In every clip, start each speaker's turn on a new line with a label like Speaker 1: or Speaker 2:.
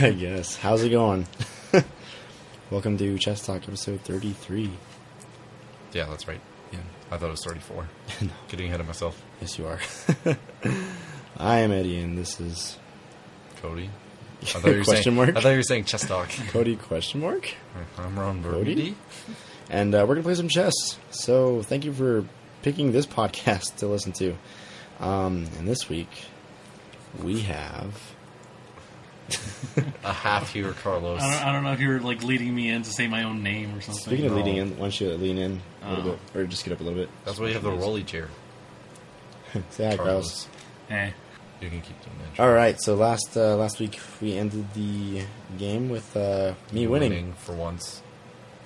Speaker 1: I guess. How's it going? Welcome to Chess Talk episode 33.
Speaker 2: Yeah, that's right.
Speaker 1: Yeah.
Speaker 2: I thought it was 34.
Speaker 1: No.
Speaker 2: Getting ahead of myself.
Speaker 1: Yes, you are. I am Eddie, and this is
Speaker 2: Cody. I thought you were
Speaker 1: Question
Speaker 2: saying,
Speaker 1: mark?
Speaker 2: I thought you were saying chess talk.
Speaker 1: Cody question mark,
Speaker 2: I'm Ron
Speaker 1: Cody?
Speaker 2: Burgundy.
Speaker 1: and uh, we're gonna play some chess. So thank you for picking this podcast to listen to. Um, and this week we have
Speaker 2: A half here, Carlos.
Speaker 3: I don't, I don't know if you're like leading me in to say my own name or something.
Speaker 1: speaking of
Speaker 2: no.
Speaker 1: leading in. Why don't you lean in a little
Speaker 3: Oh.
Speaker 1: bit, or just get up a little bit?
Speaker 2: Ah. That's why you have the rolly chair,
Speaker 1: Say hi, Carlos.
Speaker 2: Carlos.
Speaker 3: Eh.
Speaker 2: You can keep doing that.
Speaker 1: All right. So last uh, last week we ended the game with uh, me winning,
Speaker 2: for once.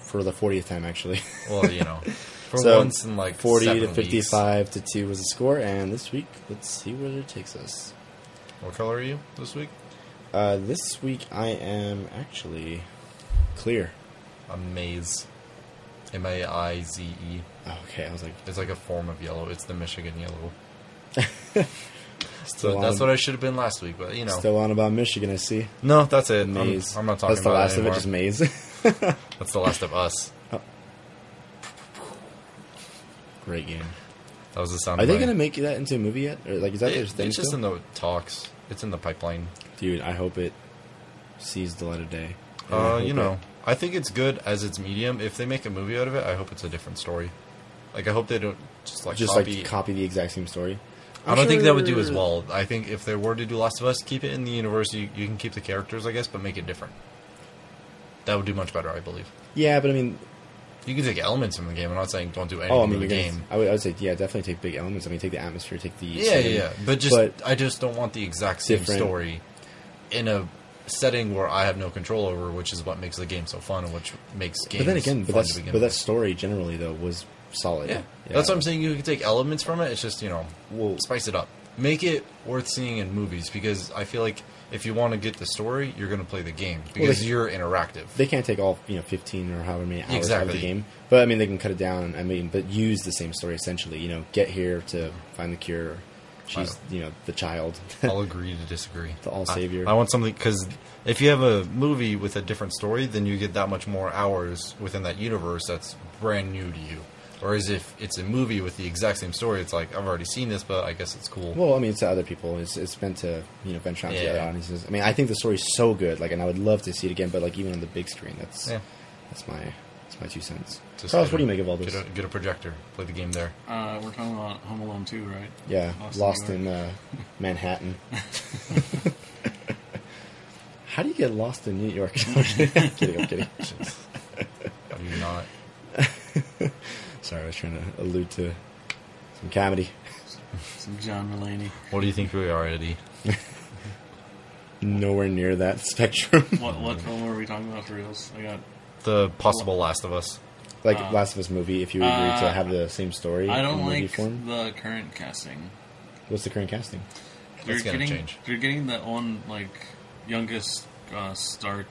Speaker 1: for the 40th time actually.
Speaker 2: Well, you know, for
Speaker 1: So,
Speaker 2: once in like
Speaker 1: 40
Speaker 2: seven
Speaker 1: to
Speaker 2: weeks.
Speaker 1: 55 to 2 was the score and this week let's see where it takes us.
Speaker 2: What color are you this week?
Speaker 1: Uh, this week I am actually clear.
Speaker 2: A maize. M A I Z E.
Speaker 1: Oh, okay, I was like
Speaker 2: It's like a form of yellow. It's the Michigan yellow.
Speaker 1: still
Speaker 2: So
Speaker 1: on,
Speaker 2: that's what I should have been last week, but you know.
Speaker 1: still on about Michigan, I see.
Speaker 2: no, that's it. I'm-
Speaker 1: Maze.
Speaker 2: I'm, not talking
Speaker 1: That's the
Speaker 2: about
Speaker 1: last
Speaker 2: it
Speaker 1: of it
Speaker 2: anymore.
Speaker 1: just maze.
Speaker 2: That's the last of us.
Speaker 1: Great game.
Speaker 2: That was the sound.
Speaker 1: Are they
Speaker 2: bite.
Speaker 1: going to make that into a movie yet? Or like is that
Speaker 2: It-
Speaker 1: their
Speaker 2: it's
Speaker 1: thing
Speaker 2: just
Speaker 1: still?
Speaker 2: in the talks. It's in the pipeline.
Speaker 1: Dude, I hope it sees the light of day. And I
Speaker 2: Uh,
Speaker 1: hope
Speaker 2: you
Speaker 1: it-
Speaker 2: know, I think it's good as its medium. If they make a movie out of it, I hope it's a different story. Like I hope they don't just like
Speaker 1: just
Speaker 2: copy.
Speaker 1: like copy the exact same story.
Speaker 2: I don't think that would do as
Speaker 1: sure-
Speaker 2: well. I think if they were to do Last of Us, keep it in the universe. You, you can keep the characters, I guess, but make it different. That would do much better, I believe.
Speaker 1: Yeah, but I mean,
Speaker 2: You can take elements from the game. I'm not saying don't do anything
Speaker 1: oh, I
Speaker 2: in
Speaker 1: mean,
Speaker 2: the
Speaker 1: you're gonna-
Speaker 2: game.
Speaker 1: I would, I would say, yeah, definitely take big elements. I mean, take the atmosphere, take the
Speaker 2: Yeah, yeah,
Speaker 1: setting.
Speaker 2: yeah. But just
Speaker 1: But-
Speaker 2: I just don't want the exact same
Speaker 1: Different.
Speaker 2: story in a setting where I have no control over, which is what makes the game so fun and which makes games.
Speaker 1: But then again, but
Speaker 2: fun
Speaker 1: that's
Speaker 2: to begin
Speaker 1: but that
Speaker 2: with.
Speaker 1: story generally though was solid.
Speaker 2: yeah. That's what I'm saying. You can take elements from it. It's just you know
Speaker 1: Well-
Speaker 2: spice it up, make it worth seeing in movies because I feel like if you want to get the story, you're going to play the game because
Speaker 1: they-
Speaker 2: you're interactive.
Speaker 1: They can't take all you know fifteen or however many hours out of
Speaker 2: Exactly.
Speaker 1: the game, but I mean they can cut it down. I mean, but use the same story essentially. You know, get here to find the cure. She's you know the child.
Speaker 2: I'll agree to disagree.
Speaker 1: The all
Speaker 2: I-
Speaker 1: savior.
Speaker 2: I, want something because if you have a movie with a different story, then you get that much more hours within that universe that's brand new to you. Whereas if it's a movie with the exact same story, it's like I've already seen this, but I guess it's cool.
Speaker 1: well, I mean, it's to other people. It's it's meant to you know venture out to
Speaker 2: Yeah.
Speaker 1: other audiences. I mean, I think the story's so good. Like, and I would love to see it again. But like even on the big screen, that's
Speaker 2: yeah.
Speaker 1: that's my that's my two cents.
Speaker 2: Just
Speaker 1: Carlos,
Speaker 2: get
Speaker 1: what do
Speaker 2: a-
Speaker 1: you make of all this?
Speaker 2: Get a, get a projector, play the game there.
Speaker 3: Uh, we're talking about Home Alone 2, right?
Speaker 1: Yeah,
Speaker 3: Lost
Speaker 1: lost,
Speaker 3: in New
Speaker 1: in uh, Manhattan. How do you get lost in New York? I'm kidding, I'm kidding.
Speaker 2: How do you not?
Speaker 1: Sorry, I was trying to allude to some comedy.
Speaker 3: Some John Mulaney.
Speaker 2: What do you think we are, Eddie?
Speaker 1: Nowhere near that spectrum.
Speaker 3: What what film were we talking about for reals? I got.
Speaker 2: The possible Last of Us.
Speaker 1: like Last of Us movie, if you agree to
Speaker 3: uh,
Speaker 1: have the same story
Speaker 3: I
Speaker 1: in
Speaker 3: don't
Speaker 1: movie
Speaker 3: like
Speaker 1: form.
Speaker 3: the current casting.
Speaker 1: What's the current casting?
Speaker 3: They're
Speaker 2: gonna
Speaker 3: getting
Speaker 2: change.
Speaker 3: they're getting the one like youngest uh, Stark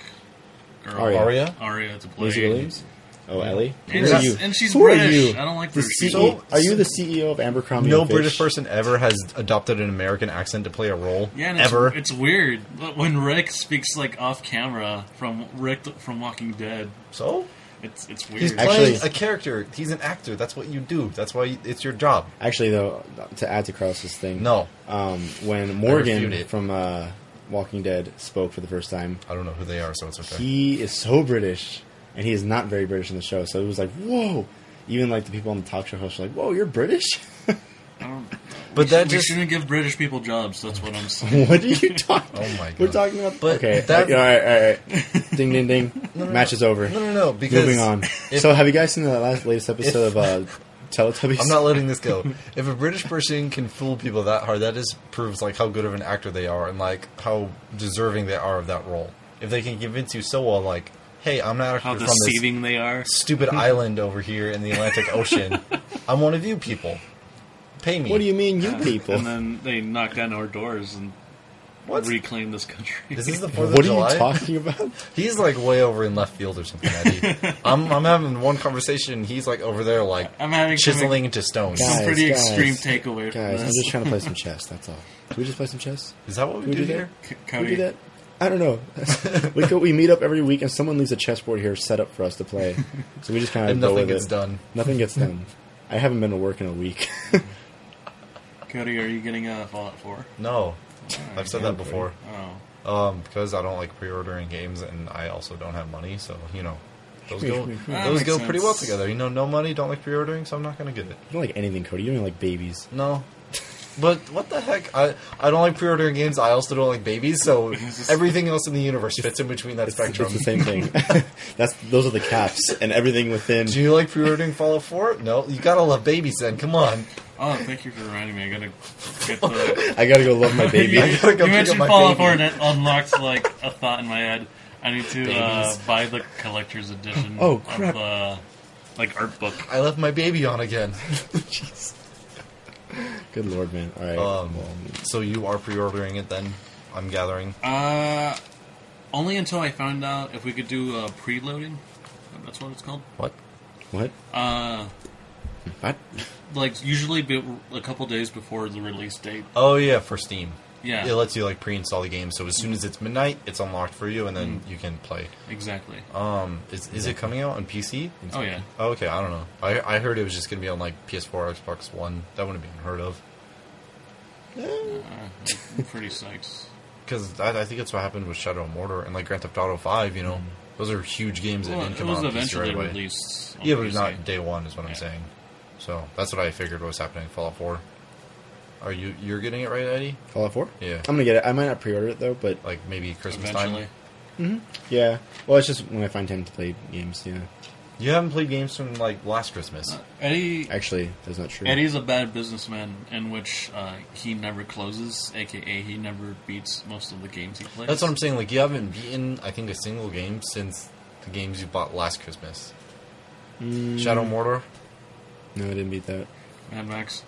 Speaker 3: girl
Speaker 1: Arya.
Speaker 2: Arya?
Speaker 3: Arya to play.
Speaker 1: Lizzie Williams? Oh, Ellie?
Speaker 3: And
Speaker 1: Who are
Speaker 3: she's-
Speaker 1: you?
Speaker 3: and she's
Speaker 1: Who are
Speaker 3: British.
Speaker 1: you?
Speaker 3: I don't like
Speaker 1: the
Speaker 3: British
Speaker 1: CEO.
Speaker 2: people.
Speaker 1: Are you the CEO of Abercrombie?
Speaker 2: No
Speaker 1: and Fitch?
Speaker 2: British person ever has adopted an American accent to play a role.
Speaker 3: Yeah, and it's,
Speaker 2: ever.
Speaker 3: it's weird. But when Rick speaks like off camera from Rick from Walking Dead,
Speaker 2: so
Speaker 3: it's it's
Speaker 2: He's
Speaker 3: weird.
Speaker 1: Actually-
Speaker 2: playing a character. He's an actor. That's what you do. That's why it's your job.
Speaker 1: Actually, though, to add to Kraus's thing,
Speaker 2: No.
Speaker 1: Um, when
Speaker 2: refute
Speaker 1: Morgan
Speaker 2: it.
Speaker 1: from uh, Walking Dead spoke for the first time,
Speaker 2: I don't know who they are, so it's okay.
Speaker 1: he is so British, and he is not very British in the show. So it was like, whoa! Even like the people on the talk show host were like, whoa, you're British?
Speaker 3: I don't,
Speaker 2: But
Speaker 3: we,
Speaker 2: that
Speaker 3: sh- we
Speaker 2: just-
Speaker 3: shouldn't give British people jobs. That's what I'm saying.
Speaker 1: what are you talking?
Speaker 2: Oh my
Speaker 1: We're
Speaker 2: God.
Speaker 1: talking about
Speaker 2: But
Speaker 1: okay.
Speaker 2: that-
Speaker 1: all right, all right. ding, ding, ding.
Speaker 2: no,
Speaker 1: Match
Speaker 2: no.
Speaker 1: is over.
Speaker 2: No, no, no. Because
Speaker 1: Moving on.
Speaker 2: if-
Speaker 1: so, have you guys seen the last latest episode of uh, Teletubbies?
Speaker 2: I'm not letting this go. If a British person can fool people that hard, that just proves like how good of an actor they are and like how deserving they are of that role. If they can convince you so well, like, hey, I'm not
Speaker 3: How
Speaker 2: actually from this
Speaker 3: deceiving they are.
Speaker 2: stupid island over here in the Atlantic Ocean. I'm one of you people. Pay me.
Speaker 1: What do you mean, you people?
Speaker 3: And then they knock down our doors and
Speaker 2: What?
Speaker 3: reclaim this country.
Speaker 2: Is this the Fourth
Speaker 1: What
Speaker 2: of July?
Speaker 1: are you talking about?
Speaker 2: He's like way over in left field or something. Eddie. I'm I'm having one conversation. and He's like over there, like
Speaker 3: I'm having some-
Speaker 2: chiseling into stone.
Speaker 1: Guys,
Speaker 3: pretty
Speaker 1: guys,
Speaker 3: extreme takeaway from
Speaker 1: Guys, I'm
Speaker 3: this.
Speaker 1: just trying to play some chess. That's all. Can we just play some chess?
Speaker 2: Is that what we
Speaker 1: Can
Speaker 2: do
Speaker 1: we do
Speaker 2: here?
Speaker 3: C-
Speaker 1: Can we
Speaker 3: Cody,
Speaker 1: do that? I don't know. we go, we meet up every week, and someone leaves a chessboard here set up for us to play. So we just kind of
Speaker 2: and
Speaker 1: go
Speaker 2: nothing
Speaker 1: with
Speaker 2: gets
Speaker 1: it.
Speaker 2: done.
Speaker 1: Nothing gets done. I haven't been to work in a week.
Speaker 3: Cody, are you getting uh, Fallout 4?
Speaker 2: No, I've said
Speaker 1: yeah,
Speaker 2: that before.
Speaker 3: Oh.
Speaker 2: Um, because I don't like pre-ordering games, and I also don't have money, so you know, those
Speaker 1: That
Speaker 2: go
Speaker 1: makes
Speaker 2: those go pretty well
Speaker 3: sense.
Speaker 2: together. You know, no money, don't like pre-ordering, so I'm not gonna get it.
Speaker 1: You don't like anything, Cody. You don't even like babies.
Speaker 2: No. But what the heck? I I don't like pre-ordering games. I also don't like babies. So everything else in the universe fits in between that
Speaker 1: It's, it's
Speaker 2: spectrum.
Speaker 1: the same thing. That's those are the caps, and everything within.
Speaker 2: Do you like pre-ordering Fallout 4? No, you gotta love babies. Then come on.
Speaker 3: Oh, thank you for reminding me. I gotta get the.
Speaker 1: I gotta go love my
Speaker 3: you,
Speaker 1: baby.
Speaker 2: gotta go
Speaker 3: you
Speaker 2: pick up
Speaker 3: mentioned
Speaker 2: my baby.
Speaker 3: Fallout 4 and it unlocked like a thought in my head. I need to uh,
Speaker 2: Babies.
Speaker 3: buy the collector's edition.
Speaker 1: Oh, crap.
Speaker 3: Of the, like art book.
Speaker 2: I left my baby on again.
Speaker 1: Good lord, man. All right.
Speaker 2: Um,
Speaker 1: well,
Speaker 2: so you are pre-ordering it then? I'm gathering.
Speaker 3: Uh, only until I found out if we could do uh, preloading. That's what it's called.
Speaker 2: What?
Speaker 1: what?
Speaker 3: Uh,
Speaker 1: What?
Speaker 3: like usually be a couple days before the release date.
Speaker 2: Oh yeah, for Steam.
Speaker 3: Yeah.
Speaker 2: It lets you like pre-install the game, so as soon as it's midnight, it's unlocked for you, and then you can play.
Speaker 3: Exactly.
Speaker 2: Um, is is it coming out on PC?
Speaker 3: Oh yeah.
Speaker 2: Oh, okay, I don't know. I I heard it was just gonna be on like PS4, Xbox One. That wouldn't be unheard of.
Speaker 3: Uh, I'm pretty psyched.
Speaker 2: Because I, I think that's what happened with Shadow of Mordor and like Grand Theft Auto Five. You know, those are huge games that
Speaker 3: Mm-hmm. Well,
Speaker 2: didn't
Speaker 3: it
Speaker 2: come
Speaker 3: was
Speaker 2: out on PC right
Speaker 3: eventually
Speaker 2: away.
Speaker 3: released. on
Speaker 2: Yeah, but
Speaker 3: PC.
Speaker 2: it's not day one, is what I'm
Speaker 3: Yeah.
Speaker 2: saying. So that's what I figured was happening. in Fallout Four. Are you you're getting it right, Eddie?
Speaker 1: Fallout Four?
Speaker 2: Yeah.
Speaker 1: I'm gonna get it. I might not pre-order it though, but
Speaker 2: Like maybe Christmas
Speaker 3: Eventually.
Speaker 2: time.
Speaker 1: yeah. Well, it's just when I find time to play games. Yeah.
Speaker 2: You haven't played games from like last Christmas.
Speaker 3: Uh, Eddie
Speaker 1: Actually, that's not true.
Speaker 3: Eddie's a bad businessman in which uh, he never closes, aka he never beats most of the games he plays.
Speaker 2: That's what I'm saying. Like you haven't beaten, I think, a single game since the games you bought last Christmas.
Speaker 1: Mm,
Speaker 2: Shadow Mortar,
Speaker 1: No, I didn't beat that.
Speaker 3: Mad Max.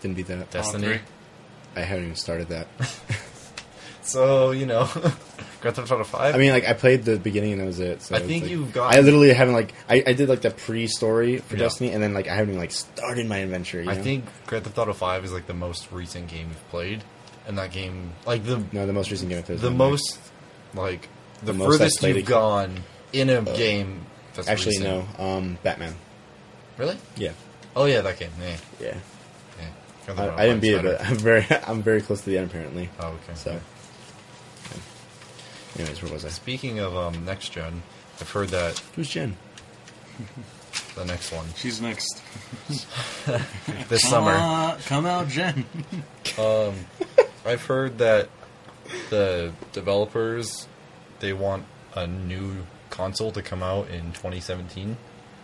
Speaker 1: Didn't beat that.
Speaker 3: Fallout
Speaker 2: Destiny.
Speaker 3: 3.
Speaker 1: I haven't even started that.
Speaker 2: So you know, Grand Theft Auto Five.
Speaker 1: I mean, like I played the beginning and that was it. So
Speaker 2: I
Speaker 1: it's
Speaker 2: think
Speaker 1: like-
Speaker 2: you've got-
Speaker 1: I literally haven't like I, I did like the pre-story for
Speaker 2: Yeah.
Speaker 1: Destiny, and then like I haven't even like started my adventure. You
Speaker 2: I
Speaker 1: know?
Speaker 2: think Grand Theft Auto Five is like the most recent game you've played, and that game, like the
Speaker 1: no, the most recent game I played. was
Speaker 2: the
Speaker 1: Mad Max.
Speaker 2: most, like the,
Speaker 1: The most I've
Speaker 2: furthest
Speaker 1: played
Speaker 2: you've
Speaker 1: a-
Speaker 2: gone in a game. That's
Speaker 1: Actually,
Speaker 2: recent.
Speaker 1: no. Um, Batman.
Speaker 2: Really?
Speaker 1: Yeah,
Speaker 2: Oh yeah, that game. Yeah,
Speaker 1: yeah.
Speaker 2: yeah. Grand Theft Auto
Speaker 1: I, I
Speaker 2: Five's
Speaker 1: didn't beat it,
Speaker 2: better.
Speaker 1: but I'm very I'm very close to the end apparently.
Speaker 2: Oh okay.
Speaker 1: So, yeah. anyways, where was I?
Speaker 2: Speaking of um, next gen, I've heard that
Speaker 1: Who's Jen?
Speaker 2: the next one
Speaker 3: She's next.
Speaker 2: this
Speaker 3: Come
Speaker 2: summer.
Speaker 3: out- come out, Jen.
Speaker 2: Um, I've heard that the developers they want a new console to come out in 2017.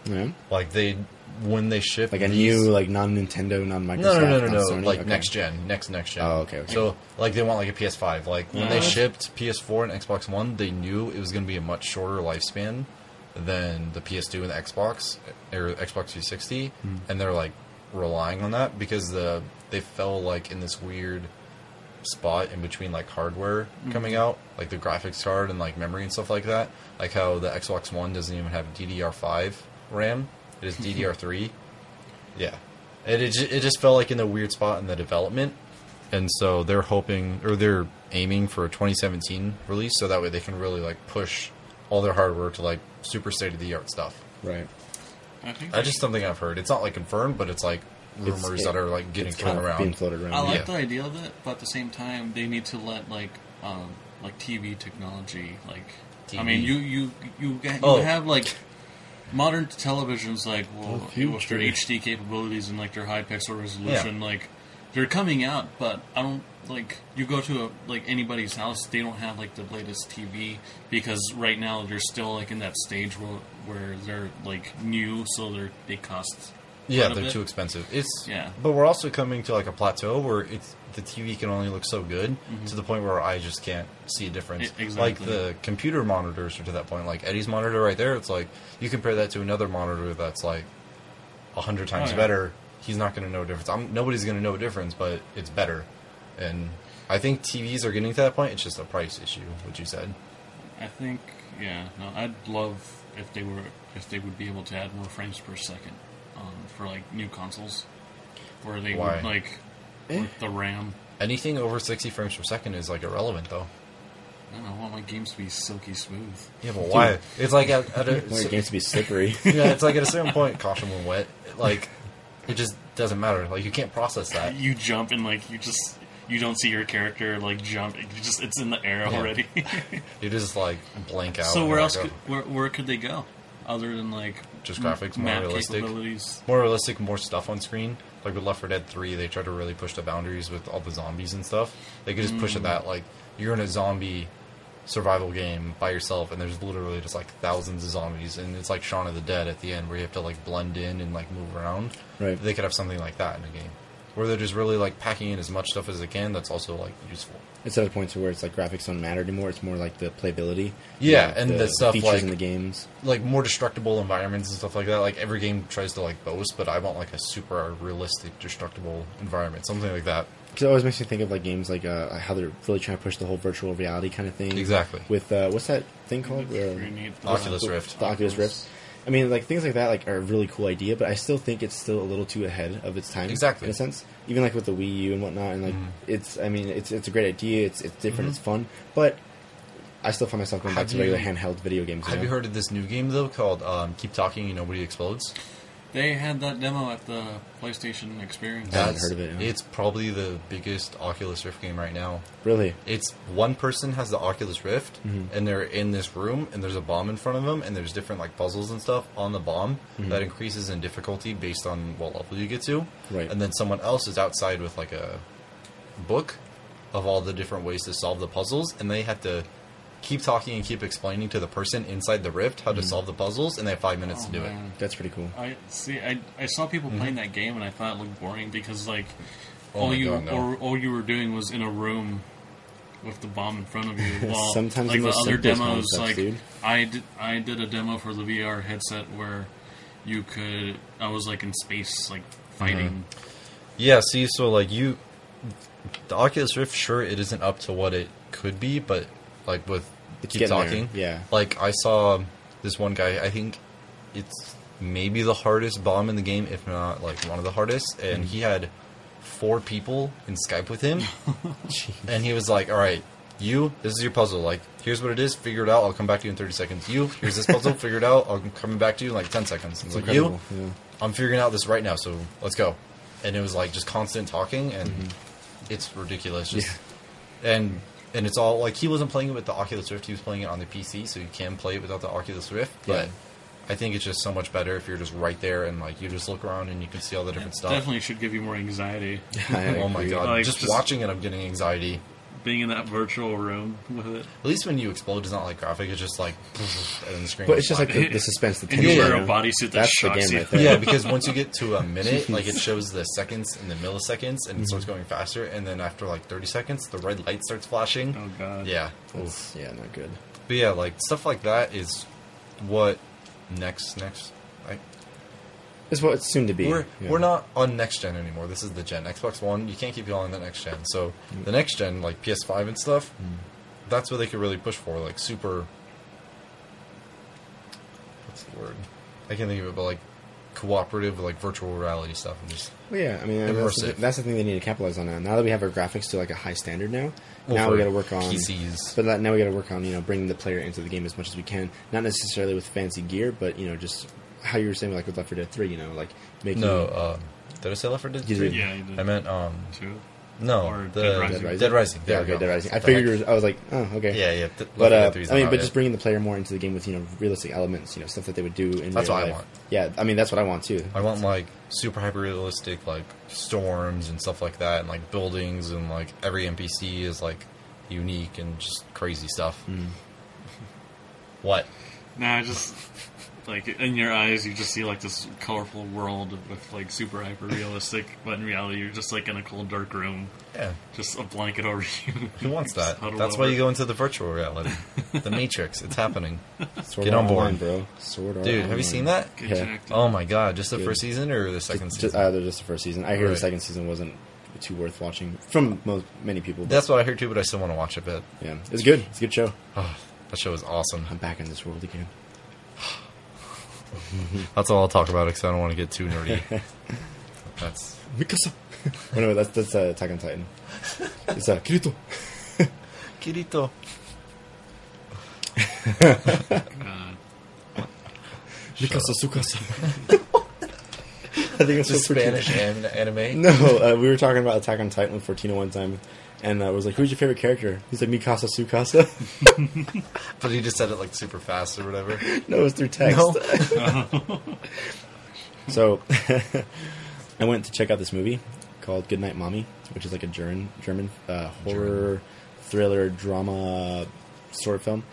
Speaker 1: Yeah.
Speaker 2: Like they when they ship
Speaker 1: Like a
Speaker 2: these-
Speaker 1: new like non Nintendo, non Microsoft.
Speaker 2: no no no no no
Speaker 1: Sony?
Speaker 2: like
Speaker 1: Okay.
Speaker 2: next gen next next gen.
Speaker 1: Oh, okay, okay.
Speaker 2: So like they want like a PS5. Like when they
Speaker 3: Yeah.
Speaker 2: shipped PS4 and Xbox One, they knew it was going to be a much shorter lifespan than the PS2 and the Xbox or Xbox 360,
Speaker 1: Hmm.
Speaker 2: and they're like relying on that because the they fell like in this weird spot in between like hardware coming out, like the graphics card and like memory and stuff like that. Like how the Xbox One doesn't even have DDR5 RAM; it is DDR3. yeah, it it just, it just felt like in the weird spot in the development, and so they're hoping or they're aiming for a 2017 release, so that way they can really like push all their hardware to like super state of the art stuff.
Speaker 1: Right.
Speaker 3: I think
Speaker 2: That's just something I've heard. It's not like confirmed, but it's like
Speaker 1: It's-
Speaker 2: rumors
Speaker 1: it-
Speaker 2: that are like getting
Speaker 1: It's kind
Speaker 2: thrown
Speaker 1: of being
Speaker 2: around.
Speaker 1: floated around.
Speaker 3: I like
Speaker 2: Yeah.
Speaker 3: the idea of it, but at the same time, they need to let like um, like TV technology like. I mean,
Speaker 2: TV.
Speaker 3: you you you, ga- you
Speaker 2: Oh.
Speaker 3: have like modern televisions like well,
Speaker 1: The
Speaker 3: with their
Speaker 1: future.
Speaker 3: HD capabilities and like their high pixel resolution, like they're coming out, but I don't like you go to a, like anybody's house, they don't have like the latest TV because right now they're still like in that stage where where they're like new, so they're they cost.
Speaker 2: Yeah,
Speaker 3: quite a
Speaker 2: they're
Speaker 3: bit.
Speaker 2: too expensive. It's
Speaker 3: Yeah.
Speaker 2: but we're also coming to like a plateau where it's the TV can only look so good to the point where I just can't see a difference.
Speaker 3: Mm-hmm. E- exactly.
Speaker 2: Like the computer monitors are to that point. Like Eddie's monitor right there, it's like you compare that to another monitor that's like a hundred times
Speaker 3: Oh, yeah.
Speaker 2: better. He's not going to know a difference. I'm, nobody's going to know a difference, but it's better. And I think TVs are getting to that point. It's just a price issue, what you said.
Speaker 3: I think, yeah, no, I'd love if they were if they would be able to add more frames per second um, for like new consoles, where they
Speaker 2: Why?
Speaker 3: would like
Speaker 1: Eh?
Speaker 3: with the RAM.
Speaker 2: Anything over 60 frames per second is like irrelevant, though.
Speaker 3: Man, I want my games to be silky smooth.
Speaker 2: Yeah, but why? It's like at, at a,
Speaker 1: I want your games to be slippery.
Speaker 2: yeah, it's like at a certain point, caution when wet. Like it just doesn't matter. Like you can't process that.
Speaker 3: You jump and like you just you don't see your character like jump. You just it's in the air
Speaker 2: Yeah.
Speaker 3: already.
Speaker 2: You just like blank out.
Speaker 3: so
Speaker 2: and
Speaker 3: where
Speaker 2: you're
Speaker 3: else?
Speaker 2: like, oh,
Speaker 3: Could, where where could they go? Other than like
Speaker 2: Just
Speaker 3: m-
Speaker 2: graphics, more
Speaker 3: map
Speaker 2: realistic.
Speaker 3: capabilities.
Speaker 2: more realistic, more stuff on screen. Like with Left 4 Dead 3, they tried to really push the boundaries with all the zombies and stuff. They could just push it
Speaker 3: Mm.
Speaker 2: that like you're in a zombie survival game by yourself, and there's literally just like thousands of zombies, and it's like Shaun of the Dead at the end where you have to like blend in and like move around.
Speaker 1: Right.
Speaker 2: They could have something like that in a game where they're just really like packing in as much stuff as they can that's also like useful.
Speaker 1: it's at a point to where it's like graphics don't matter anymore. It's more like the playability.
Speaker 2: Yeah, and the stuff
Speaker 1: features
Speaker 2: like-
Speaker 1: in the games.
Speaker 2: like more destructible environments and stuff like that. Like every game tries to like boast, but I want like a super realistic destructible environment, something like that.
Speaker 1: Because it always makes me think of like games like uh, how they're really trying to push the whole virtual reality kind of thing.
Speaker 2: Exactly.
Speaker 1: With uh, what's that thing called?
Speaker 3: You
Speaker 1: Uh,
Speaker 3: need the-
Speaker 2: Oculus
Speaker 1: the-
Speaker 2: Rift.
Speaker 1: The Oculus Rift.
Speaker 3: Oculus.
Speaker 1: I mean, like things like that, like are a really cool idea, but I still think it's still a little too ahead of its time.
Speaker 2: Exactly. Mm-hmm.
Speaker 1: in a sense, even like with the Wii U and whatnot, and like it's, I mean, it's it's a great idea. It's it's different. It's fun, but I still find myself going back
Speaker 2: Have
Speaker 1: to regular
Speaker 2: you-
Speaker 1: handheld video games.
Speaker 2: Have
Speaker 1: know?
Speaker 2: you heard of this new game though called um, "Keep Talking and Nobody Explodes"?
Speaker 3: They had that demo at the PlayStation Experience.
Speaker 1: Yeah. haven't heard of it, yeah.
Speaker 2: It's probably the biggest Oculus Rift game right now.
Speaker 1: Really?
Speaker 2: It's one person has the Oculus Rift, and they're in this room, and there's a bomb in front of them, and there's different like puzzles and stuff on the bomb that increases in difficulty based on what level you get to.
Speaker 1: Right.
Speaker 2: And then someone else is outside with like a book of all the different ways to solve the puzzles, and they have to keep talking and keep explaining to the person inside the rift how to solve the puzzles, and they have five minutes
Speaker 3: Oh,
Speaker 2: to do
Speaker 3: man.
Speaker 1: That's pretty cool.
Speaker 3: I see. I, I saw people
Speaker 1: Mm-hmm.
Speaker 3: playing that game, and I thought it looked boring because like
Speaker 2: Oh
Speaker 3: all
Speaker 2: my
Speaker 3: you
Speaker 2: God, no.
Speaker 3: or, all you were doing was in a room with the bomb in front of you. While
Speaker 1: Sometimes
Speaker 3: like
Speaker 1: the
Speaker 3: the
Speaker 1: most
Speaker 3: other
Speaker 1: simplest
Speaker 3: demos,
Speaker 1: concepts,
Speaker 3: like
Speaker 1: dude.
Speaker 3: I did I did a demo for the VR headset where you could I was like in space like
Speaker 1: Mm-hmm.
Speaker 3: fighting.
Speaker 2: it. Yeah. See, so like you, the Oculus Rift, sure, it isn't up to what it could be, but like with
Speaker 1: It's
Speaker 2: keep
Speaker 1: getting
Speaker 2: talking,
Speaker 1: there, yeah.
Speaker 2: Like I saw this one guy. I think it's maybe the hardest bomb in the game, if not like one of the hardest. And he had four people in Skype with him, and he was like, "All right, you, this is your puzzle. Like, here's what it is. Figure it out. I'll come back to you in 30 seconds. You, here's this puzzle. figure it out. I'm coming back to you in like 10 seconds. And
Speaker 1: It's
Speaker 2: like
Speaker 1: incredible.
Speaker 2: you,
Speaker 1: Yeah.
Speaker 2: I'm figuring out this right now. So let's go." And it was like just constant talking, and it's ridiculous. Just
Speaker 1: Mm-hmm. Yeah.
Speaker 2: and and it's all like he wasn't playing it with the Oculus Rift; he was playing it on the PC, so you can play it without the Oculus Rift. But
Speaker 1: Yeah.
Speaker 2: I think it's just so much better if you're just right there and like you just look around and you can see all the different stuff.
Speaker 3: Definitely should give you more anxiety
Speaker 1: I
Speaker 2: oh my
Speaker 1: agree.
Speaker 2: god!
Speaker 3: Like,
Speaker 2: just,
Speaker 3: just-
Speaker 2: watching it, I'm getting anxiety.
Speaker 3: being in that virtual room with it.
Speaker 2: At least when you explode, it's not like graphic; it's just like and the screen.
Speaker 1: But
Speaker 2: goes
Speaker 1: it's just
Speaker 2: black.
Speaker 1: like the, the suspense, the
Speaker 3: And you
Speaker 1: tension.
Speaker 2: wear
Speaker 1: you
Speaker 2: a
Speaker 1: know?
Speaker 3: bodysuit that
Speaker 1: That's the
Speaker 3: shocks
Speaker 1: game
Speaker 3: you.
Speaker 1: right there.
Speaker 2: yeah, because once you get to a minute, like it shows the seconds and the milliseconds, and it starts going faster. And then after like 30 seconds, the red light starts flashing.
Speaker 3: Oh god.
Speaker 2: Yeah. Oof.
Speaker 1: That's- yeah, not good.
Speaker 2: But yeah, like stuff like that is what next next. Like
Speaker 1: It's what it's soon to be.
Speaker 2: we're
Speaker 1: yeah.
Speaker 2: we're not on next gen anymore. This is the gen Xbox One. You can't keep going on the next gen. So the next gen, like PS5 and stuff, that's what they could really push for. Like super. What's the word? I can't think of it, but like cooperative, like virtual reality stuff, and just
Speaker 1: Well, yeah, I mean, I mean, that's, the,
Speaker 2: Immersive.
Speaker 1: that's the thing they need to capitalize on now. Now that we have our graphics to like a high standard now,
Speaker 2: Well,
Speaker 1: now
Speaker 2: for
Speaker 1: we got to work on
Speaker 2: PCs.
Speaker 1: But that, now we got to work on you know bringing the player into the game as much as we can. Not necessarily with fancy gear, but you know just how you were saying like with Left 4 Dead 3, you know, like making
Speaker 2: no. Um, did I say Left 4 Dead?
Speaker 1: You did.
Speaker 2: three?
Speaker 3: Yeah, you did.
Speaker 2: I meant um.
Speaker 3: Too.
Speaker 2: No, the
Speaker 3: Or Dead
Speaker 1: Dead
Speaker 3: Rising.
Speaker 1: Rising.
Speaker 2: Dead Rising.
Speaker 1: Yeah,
Speaker 2: There we
Speaker 1: okay,
Speaker 2: go.
Speaker 1: Dead Rising. I
Speaker 2: The heck?
Speaker 1: figured. it was- I was like, oh, okay.
Speaker 2: Yeah, yeah. th- Left 4
Speaker 1: But
Speaker 2: Dead
Speaker 1: uh,
Speaker 2: 3 is
Speaker 1: I mean,
Speaker 2: not
Speaker 1: but
Speaker 2: it.
Speaker 1: just bringing the player more into the game with you know realistic elements, you know stuff that they would do in
Speaker 2: That's
Speaker 1: real
Speaker 2: what I
Speaker 1: life.
Speaker 2: want.
Speaker 1: Yeah, I mean that's what I want too.
Speaker 2: I want like super hyper realistic like storms and stuff like that, and like buildings and like every NPC is like unique and just crazy stuff.
Speaker 1: Mm-hmm.
Speaker 2: What?
Speaker 3: Nah, just like in your eyes, you just see like this colorful world with like super hyper realistic, but in reality, you're just like in a cold dark room,
Speaker 2: Yeah,
Speaker 3: just a blanket over you.
Speaker 2: who wants
Speaker 3: Just
Speaker 2: that?
Speaker 3: huddled
Speaker 2: That's why you
Speaker 3: over.
Speaker 2: go into the virtual reality, the Matrix. It's happening,
Speaker 1: Sword
Speaker 2: Get
Speaker 1: Art
Speaker 2: on board.
Speaker 1: Online, bro. Sword Art
Speaker 2: dude. Have you
Speaker 1: Online.
Speaker 2: seen that?
Speaker 3: Get
Speaker 1: Yeah.
Speaker 3: jacked up.
Speaker 2: Oh my god! Just the first season or the second
Speaker 1: Just-
Speaker 2: season?
Speaker 1: uh, they're just the first season. I hear the
Speaker 2: Right.
Speaker 1: second season wasn't too worth watching from most many people. But
Speaker 2: That's what I heard too, but I still want to watch it. But
Speaker 1: yeah, it's good. It's a good show.
Speaker 2: oh, that show is awesome.
Speaker 1: I'm back in this world again.
Speaker 2: That's all I'll talk about because I don't want to get too nerdy. That's
Speaker 1: Mikasa. oh, no, that's that's uh, Attack on Titan. It's uh, Kirito.
Speaker 2: Kirito.
Speaker 3: God.
Speaker 2: Mikasa
Speaker 1: Sukasa. I think
Speaker 2: It's
Speaker 1: it's
Speaker 2: a
Speaker 1: just
Speaker 2: Spanish an- anime.
Speaker 1: No, uh, we were talking about Attack on Titan with Fortino one time, and uh, I was like, "Who's your favorite character?" He said, "Mikasa Sukasa."
Speaker 2: But he just said it like super fast or whatever.
Speaker 1: no, it was through text.
Speaker 2: No.
Speaker 1: so, I went to check out this movie called Goodnight Mommy, which is like a German German uh, horror thriller drama sort of film,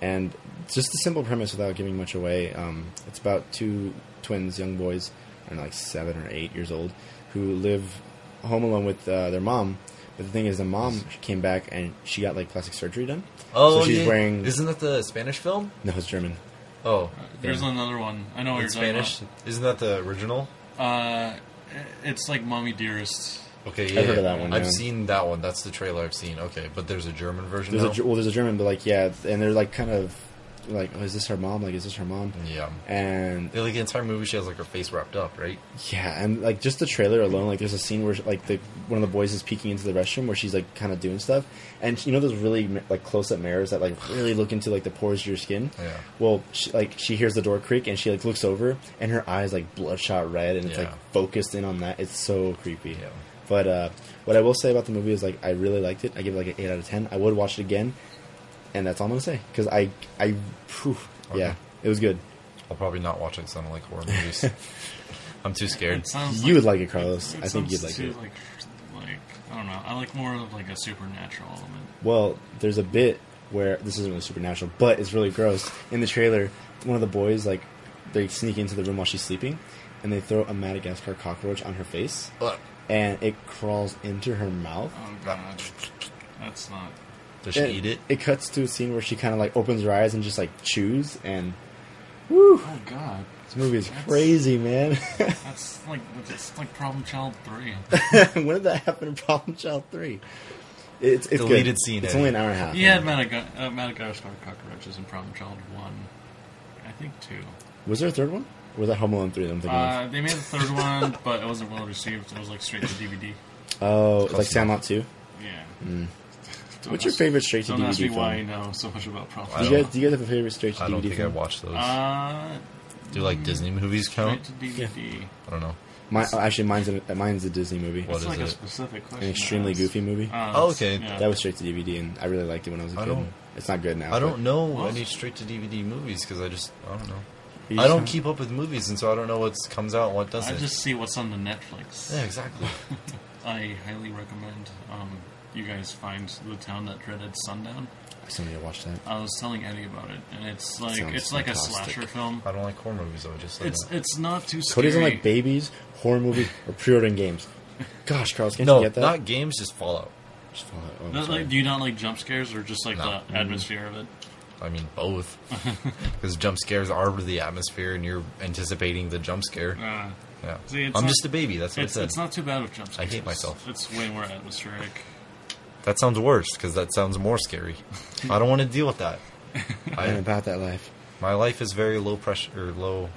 Speaker 1: and just the simple premise without giving much away. Um, it's about two twins, young boys, I don't know, like seven or eight years old, who live home alone with uh, their mom. But the thing is, the mom she came back and she got like plastic surgery done.
Speaker 2: Oh,
Speaker 1: so she's
Speaker 2: yeah.
Speaker 1: wearing
Speaker 2: Isn't that the Spanish film?
Speaker 1: no, it's German.
Speaker 2: Oh,
Speaker 3: There's
Speaker 1: Yeah.
Speaker 3: another one. I know
Speaker 2: in
Speaker 3: what Oh, you're
Speaker 2: Spanish.
Speaker 3: talking
Speaker 2: Isn't that the original?
Speaker 3: about. Uh, it's like Mommy Dearest.
Speaker 2: Okay, yeah.
Speaker 1: I've heard of that one,
Speaker 2: I've
Speaker 1: yeah.
Speaker 2: seen that one. That's the trailer I've seen. Okay, but there's a German version.
Speaker 1: There's a
Speaker 2: now?
Speaker 1: Ge- well, there's a German, but like yeah, and they're like kind of like, oh, is this her mom? Like, is this her mom?
Speaker 2: yeah.
Speaker 1: And
Speaker 2: Yeah, like the entire movie, she has like her face wrapped up, right?
Speaker 1: yeah, and like just the trailer alone, like there's a scene where like the one of the boys is peeking into the restroom where she's like kind of doing stuff, and you know those really like close up mirrors that like really look into like the pores of your skin.
Speaker 2: Yeah.
Speaker 1: Well, she, like she hears the door creak and she like looks over and her eyes like bloodshot red and it's
Speaker 2: Yeah.
Speaker 1: like focused in on that. It's so creepy.
Speaker 2: Yeah.
Speaker 1: But uh, what I will say about the movie is like I really liked it. I give it like an eight out of ten. I would watch it again, and that's all I'm gonna say because I I phew, yeah
Speaker 2: Okay.
Speaker 1: it was good.
Speaker 2: I'll probably not watch it. 'cause I don't like horror movies. I'm too scared.
Speaker 3: It sounds
Speaker 1: You would
Speaker 3: like,
Speaker 1: like it, Carlos. I think
Speaker 3: sounds
Speaker 1: you'd like
Speaker 3: too,
Speaker 1: it.
Speaker 3: Like, like, I don't know. I like more of like a supernatural element.
Speaker 1: Well, there's a bit where this isn't really supernatural, but it's really gross. In the trailer, one of the boys like they sneak into the room while she's sleeping, and they throw a Madagascar cockroach on her face,
Speaker 2: Ugh.
Speaker 1: and it crawls into her mouth.
Speaker 3: Oh god, that's not.
Speaker 2: Does she eat it?
Speaker 1: It cuts to a scene where she kind of like opens her eyes and just like chews, and
Speaker 3: Oh god,
Speaker 1: this movie is
Speaker 3: That's-
Speaker 1: crazy, man.
Speaker 3: that's like that's like Problem Child Three.
Speaker 1: when did that happen in Problem Child Three? It's, it's
Speaker 2: Deleted
Speaker 1: good.
Speaker 2: scene,
Speaker 1: It's
Speaker 2: eh?
Speaker 1: only an hour and a half.
Speaker 3: He had Madaga- uh, Madagascar cockroaches in Problem Child One, I think two.
Speaker 1: Was there a third one? Or was that Home Alone Three? That I'm thinking
Speaker 3: Uh, they made the third one, but it wasn't well received. It was like straight to DVD.
Speaker 1: of. Oh, it's
Speaker 2: close
Speaker 1: like Sandlot Two.
Speaker 3: Yeah. Don't
Speaker 1: Mm. What's your
Speaker 3: ask-
Speaker 1: favorite straight to
Speaker 3: Don't ask me
Speaker 1: DVD film?
Speaker 3: why I know so much about Problem
Speaker 2: I
Speaker 1: Do
Speaker 2: don't
Speaker 1: you,
Speaker 2: know.
Speaker 1: guys, do you guys have a favorite straight to
Speaker 2: I don't
Speaker 1: DVD
Speaker 2: think I
Speaker 1: film?
Speaker 2: watch those.
Speaker 3: Uh,
Speaker 2: Do like Disney movies
Speaker 3: straight
Speaker 2: count?
Speaker 3: to DVD.
Speaker 2: I don't know.
Speaker 1: My, oh, actually, mine's a, mine's a Disney movie.
Speaker 2: What
Speaker 3: It's
Speaker 2: is
Speaker 3: like a
Speaker 2: it?
Speaker 3: specific question.
Speaker 1: An extremely
Speaker 3: to ask.
Speaker 1: goofy movie.
Speaker 3: Uh,
Speaker 2: Oh, okay.
Speaker 3: yeah.
Speaker 1: that was straight to DVD, and I really liked it when I was a
Speaker 2: I
Speaker 1: kid.
Speaker 2: don't-
Speaker 1: it's not good now.
Speaker 2: I don't know
Speaker 3: What?
Speaker 2: any straight to DVD movies because I just I don't know.
Speaker 1: but-
Speaker 2: I don't keep up with movies, and so I don't know what comes out and what
Speaker 3: I
Speaker 2: doesn't.
Speaker 3: just see what's on the Netflix.
Speaker 2: yeah, exactly.
Speaker 3: I highly recommend um, you guys find the town that dreaded sundown.
Speaker 1: I still need to watch that.
Speaker 3: I was telling Eddie about it, and it's like
Speaker 1: Sounds
Speaker 3: it's like
Speaker 1: fantastic.
Speaker 3: a slasher film.
Speaker 2: I don't like horror movies. though, I just like
Speaker 3: It's it's not too
Speaker 1: Cody
Speaker 3: scary.
Speaker 1: doesn't like babies, horror movies, or pre-ordering games. Gosh, Carlos, can't
Speaker 2: no,
Speaker 1: you get that?
Speaker 2: not games, just Fallout.
Speaker 1: Just follow it. Oh, I'm
Speaker 3: Not
Speaker 1: sorry.
Speaker 3: like, do you not like jump scares or just like
Speaker 2: No.
Speaker 3: the atmosphere of it?
Speaker 2: I mean both, because jump scares are the atmosphere, and you're anticipating the jump scare.
Speaker 3: Uh,
Speaker 2: Yeah,
Speaker 3: See, it's
Speaker 2: I'm
Speaker 3: not-
Speaker 2: just a baby. That's what
Speaker 3: it's,
Speaker 2: I said.
Speaker 3: it's not too bad with jump
Speaker 2: I
Speaker 3: scares.
Speaker 2: hate myself.
Speaker 3: It's way more atmospheric.
Speaker 2: That sounds worse because that sounds more scary. I don't want to deal with that.
Speaker 1: And
Speaker 2: I,
Speaker 1: about that life.
Speaker 2: my life is very low pressure, or low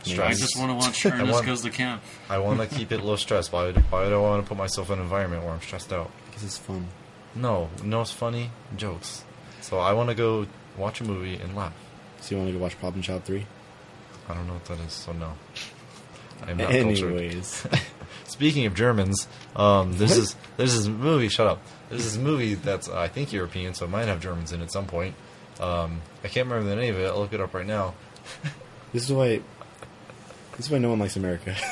Speaker 3: I
Speaker 2: stress.
Speaker 3: just want to watch Ernest
Speaker 2: want-
Speaker 3: Goes to Camp.
Speaker 2: I want to keep it low stress. Why would, why would I want to put myself in an environment where I'm stressed out?
Speaker 1: Because it's fun.
Speaker 2: No, no, it's funny jokes. So I want to go watch a movie and laugh.
Speaker 1: So you want to go watch Problem Child 3?
Speaker 2: I don't know what that is, so no. I'm not cultured.
Speaker 1: Anyways.
Speaker 2: Speaking of Germans, um, this
Speaker 1: What?
Speaker 2: is this is a movie. Shut up. This is a movie that's uh, I think European, so it might have Germans in at some point. Um, I can't remember the name of it. I'll look it up right now.
Speaker 1: this is why... This is why no one likes America.